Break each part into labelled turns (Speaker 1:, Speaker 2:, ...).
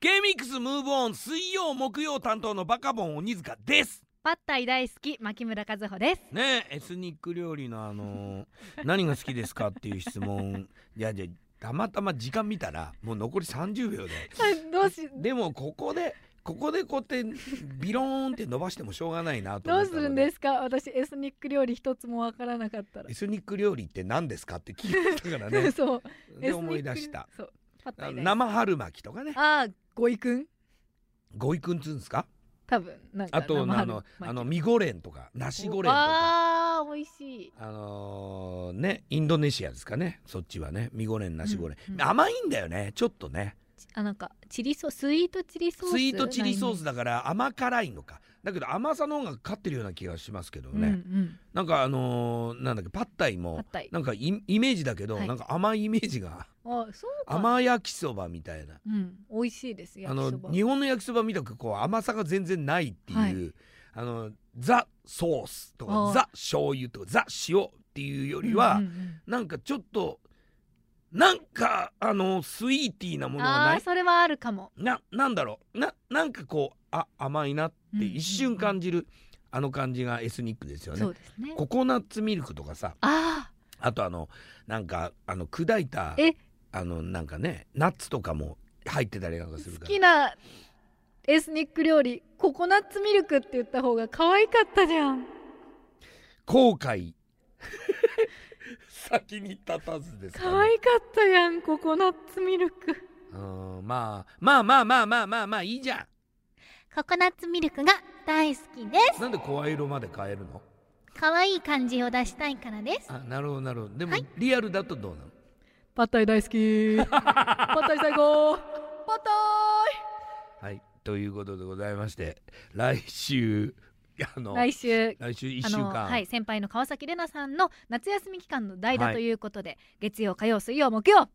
Speaker 1: ケミックスムーブオン水曜木曜担当のバカボン鬼塚です
Speaker 2: パッタイ大好き牧村和穂です
Speaker 1: ねえエスニック料理のあのー何が好きですかっていう質問いやじゃたまたま時間見たらもう残り30秒で
Speaker 2: どうし
Speaker 1: でもここでここでこうやってビローンって伸ばしてもしょうがないなと
Speaker 2: ど
Speaker 1: 思
Speaker 2: う
Speaker 1: っ
Speaker 2: す
Speaker 1: た
Speaker 2: るん
Speaker 1: の
Speaker 2: ですか私エスニック料理一つもわからなかったら
Speaker 1: エスニック料理って何ですかって聞いたから ね
Speaker 2: そうエ
Speaker 1: で
Speaker 2: スニック
Speaker 1: 思い出した
Speaker 2: そうパッタ
Speaker 1: あ
Speaker 2: イ
Speaker 1: の
Speaker 2: 大好き
Speaker 1: 生春巻きとかね
Speaker 2: あーごいくん
Speaker 1: ごいくんつうんですか
Speaker 2: 多分なんか
Speaker 1: あと
Speaker 2: 生
Speaker 1: あ
Speaker 2: 春
Speaker 1: の
Speaker 2: 巻き
Speaker 1: あのミゴレンとかナシゴレンとか
Speaker 2: わあ美味しい
Speaker 1: あのーねインドネシアですかねそっちはねミゴレンナシゴレン、
Speaker 2: うんうん
Speaker 1: 甘いんだよねちょっとね
Speaker 2: あなんかチリソスイートチリソース
Speaker 1: スイートチリソー
Speaker 2: ス
Speaker 1: スだから甘辛いのかだけど甘さの方が勝ってるような気がしますけど
Speaker 2: うん
Speaker 1: ね、
Speaker 2: うん
Speaker 1: なんかあのーなんだっけパッタイ
Speaker 2: パッ
Speaker 1: も
Speaker 2: タイ
Speaker 1: なんかイイメージだけど、
Speaker 2: はい
Speaker 1: なんか甘いイメージが
Speaker 2: あそうか
Speaker 1: 甘焼きそばみたいな
Speaker 2: うん美味しいです
Speaker 1: あ
Speaker 2: 焼き
Speaker 1: の
Speaker 2: そば
Speaker 1: 日本の焼きそばみたくこう甘さが全然ないっていう、
Speaker 2: はい
Speaker 1: あのザソースと
Speaker 2: あ
Speaker 1: か
Speaker 2: ー
Speaker 1: ザ醤油とかザ塩っていうよりは、
Speaker 2: うんうんうん
Speaker 1: なんかちょっとなんかあのスイーティーなものが
Speaker 2: あ
Speaker 1: な
Speaker 2: あ
Speaker 1: い
Speaker 2: それはあるかも
Speaker 1: ななんだろうななんかこうあ甘いなっ
Speaker 2: うん
Speaker 1: て
Speaker 2: うんうん
Speaker 1: 一瞬感じる、あの感じがエスニックですよ
Speaker 2: そう
Speaker 1: ね。
Speaker 2: ですね
Speaker 1: ココナッツミルクとかさ
Speaker 2: あ
Speaker 1: あとあのなんかあの砕いた
Speaker 2: え
Speaker 1: あのなんかねナッツとかも入ってたりなんかするか
Speaker 2: 好
Speaker 1: ら
Speaker 2: きなエスニック料理ココナッツミルクって言った方が可愛かったじゃん
Speaker 1: 後悔先に立たずですか
Speaker 2: 可
Speaker 1: ね
Speaker 2: 愛かったやんココナッツミルク
Speaker 1: うんまあまあまあまあまあまあまあいいじゃ
Speaker 2: ココナッツミルクが大好きで
Speaker 1: んなんで声色まで変えるの
Speaker 2: す可愛い感じを出したいからです
Speaker 1: あなるほどなるほどでも、リアルだとどうなの
Speaker 2: パッタイ大 好きパッタイ最高パッタ
Speaker 1: はいということでございまして来週 あの
Speaker 2: イ来週
Speaker 1: 来週1
Speaker 2: あ
Speaker 1: 週
Speaker 2: の
Speaker 1: 間、
Speaker 2: はい、先輩の川崎玲奈さんの夏休み期間の代
Speaker 1: は
Speaker 2: 打
Speaker 1: い
Speaker 2: ということで、月曜火曜水曜木曜、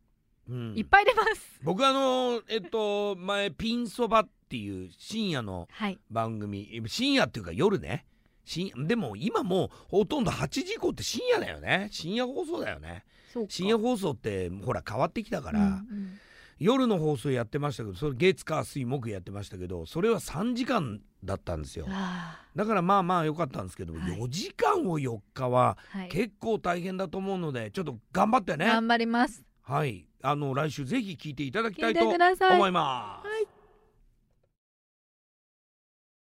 Speaker 1: うん
Speaker 2: いっぱい出ます
Speaker 1: 僕あのえっと前ピンそばっていう深夜の
Speaker 2: はい
Speaker 1: 番組深夜っていうか夜ね深でも今もうほとんど8時以降って深夜だよね深夜放送だよね
Speaker 2: そうか
Speaker 1: 深夜放送ってほら変わってきたから、
Speaker 2: うんうん
Speaker 1: 夜の放送やってましたけどそれ月火水木やってましたけどそれは3時間だったんですよ
Speaker 2: あ
Speaker 1: だからまあまあ良かったんですけど、
Speaker 2: はい
Speaker 1: 4時間を4日は
Speaker 2: ーはい、
Speaker 1: 結構大変だと思うのでちょっと頑張ってね
Speaker 2: 頑張ります
Speaker 1: はいあの来週ぜひ聞いていただきた
Speaker 2: 聞い
Speaker 1: い
Speaker 2: て
Speaker 1: と
Speaker 2: ください
Speaker 1: 思います。
Speaker 2: はい